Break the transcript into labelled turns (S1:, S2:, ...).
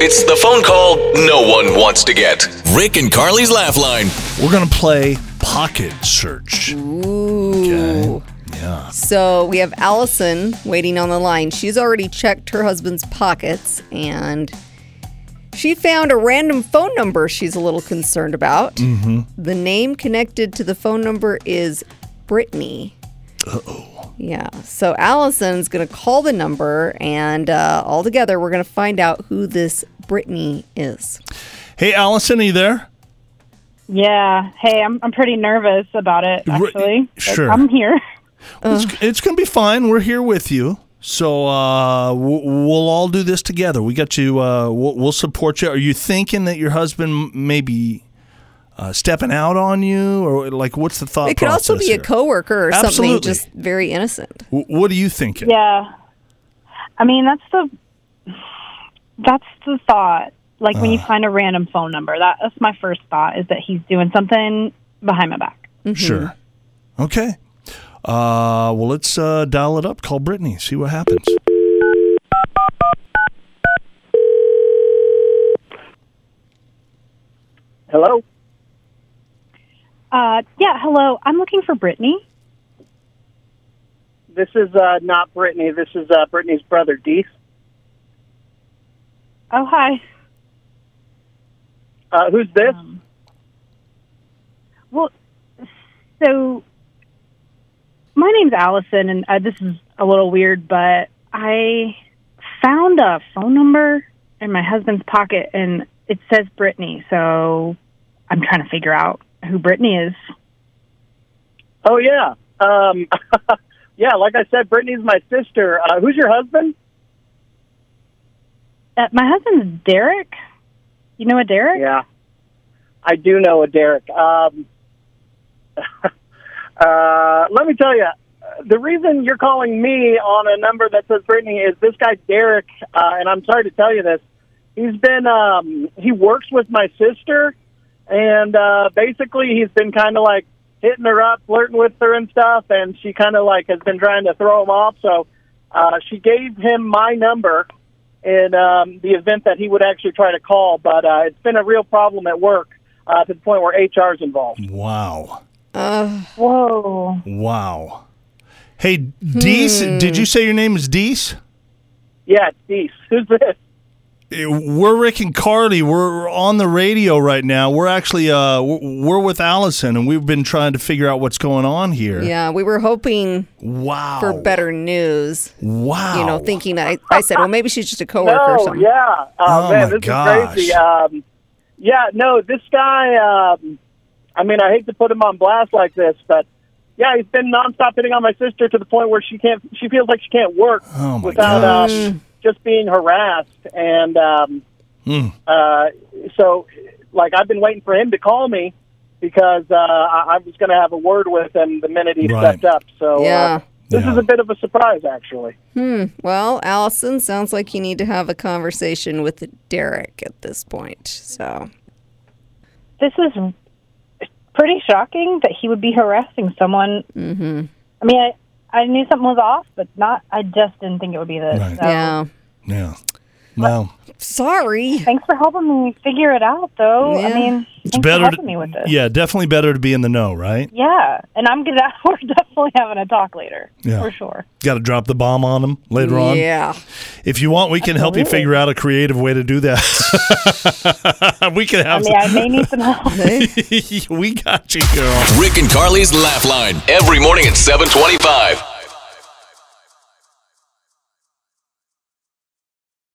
S1: It's the phone call no one wants to get. Rick and Carly's Laugh Line.
S2: We're going to play Pocket Search.
S3: Ooh. So we have Allison waiting on the line. She's already checked her husband's pockets and she found a random phone number she's a little concerned about. The name connected to the phone number is Brittany. Uh oh. Yeah. So Allison's going to call the number and uh, all together we're going to find out who this Brittany is.
S2: Hey, Allison, are you there?
S4: Yeah. Hey, I'm I'm pretty nervous about it
S2: Re-
S4: actually. But
S2: sure.
S4: I'm here.
S2: It's, it's going to be fine. We're here with you. So uh, w- we'll all do this together. We got you. Uh, we'll, we'll support you. Are you thinking that your husband may be uh, stepping out on you, or like what's the thought?
S3: It could also
S2: process
S3: be a
S2: here?
S3: coworker or
S2: Absolutely.
S3: something just very innocent.
S2: W- what are you thinking?
S4: Yeah. I mean, that's the that's the thought. Like when
S2: Uh.
S4: you find a random phone number, that, that's my first thought is that he's doing something behind my back.
S2: Sure. Okay. Uh, well, let's uh, dial it up. Call Brittany. See what happens.
S5: Hello?
S4: Uh, yeah, hello. I'm looking for Brittany.
S5: This is uh, not Brittany. This is uh, Brittany's brother, Dees.
S4: Oh, hi.
S5: Uh, who's this?
S4: Well, so my name's Allison, and uh, this is a little weird, but I found a phone number in my husband's pocket, and it says Brittany. So I'm trying to figure out who Brittany is.
S5: Oh, yeah. Um, yeah, like I said, Brittany's my sister. Uh, who's your husband?
S4: Uh, my husband's Derek. You know a Derek?
S5: Yeah. I do know a Derek. Um, uh, let me tell you, the reason you're calling me on a number that says Brittany is this guy, Derek, uh, and I'm sorry to tell you this. He's been, um, he works with my sister, and uh, basically he's been kind of like hitting her up, flirting with her and stuff, and she kind of like has been trying to throw him off. So uh, she gave him my number in um, the event that he would actually try to call, but uh, it's been a real problem at work uh, to the point where HR is involved.
S2: Wow.
S4: Whoa.
S2: Wow. Hey, Dees,
S3: Hmm.
S2: did you say your name is Dees?
S5: Yeah, it's Deese. Who's this?
S2: We're Rick and Carly. We're on the radio right now. We're actually uh, we're we're with Allison, and we've been trying to figure out what's going on here.
S3: Yeah, we were hoping
S2: Wow.
S3: for better news.
S2: Wow.
S3: You know, thinking that I, I said, well, maybe she's just a coworker or
S5: No,
S3: something.
S5: yeah. Oh,
S2: Oh,
S5: man,
S2: my
S5: this
S2: gosh.
S5: is crazy. Um, yeah, no, this guy, um, I mean, I hate to put him on blast like this, but yeah, he's been nonstop hitting on my sister to the point where she can't, she feels like she can't work
S2: Oh, my
S5: without
S2: gosh.
S5: um, just being harassed. And um,
S2: Hmm.
S5: uh, so, like, I've been waiting for him to call me because uh, I, I was going to have a word with him the minute he
S2: Right.
S5: stepped up. So,
S3: Yeah.
S5: uh, this
S2: Yeah.
S5: is a bit of a surprise, actually.
S3: Well, Allison, sounds like you need to have a conversation with Derek at this point. So,
S4: This is pretty shocking that he would be harassing someone. Mm-hmm. I mean, I. I knew something was off, but not. I just didn't think it would be this.
S2: Right.
S4: So
S5: Oh.
S3: yeah.
S2: Yeah. Wow.
S3: Sorry.
S4: Thanks for helping me figure it out, though.
S3: Yeah.
S4: I mean,
S2: It's
S4: thanks for
S2: better.
S4: helping
S2: To,
S4: me with this.
S2: Yeah, definitely better to be in the know, right?
S4: Yeah, and I'm gonna. We're definitely having a talk later.
S2: Yeah.
S4: for sure.
S2: Got to drop the bomb on them later on.
S3: Yeah.
S2: If you want, we can help you figure out a creative way to do that. we can
S4: I
S2: have.
S4: mean, I may need some help.
S2: we got you, girl.
S1: Rick and Carly's Laugh Line. Every morning at 725.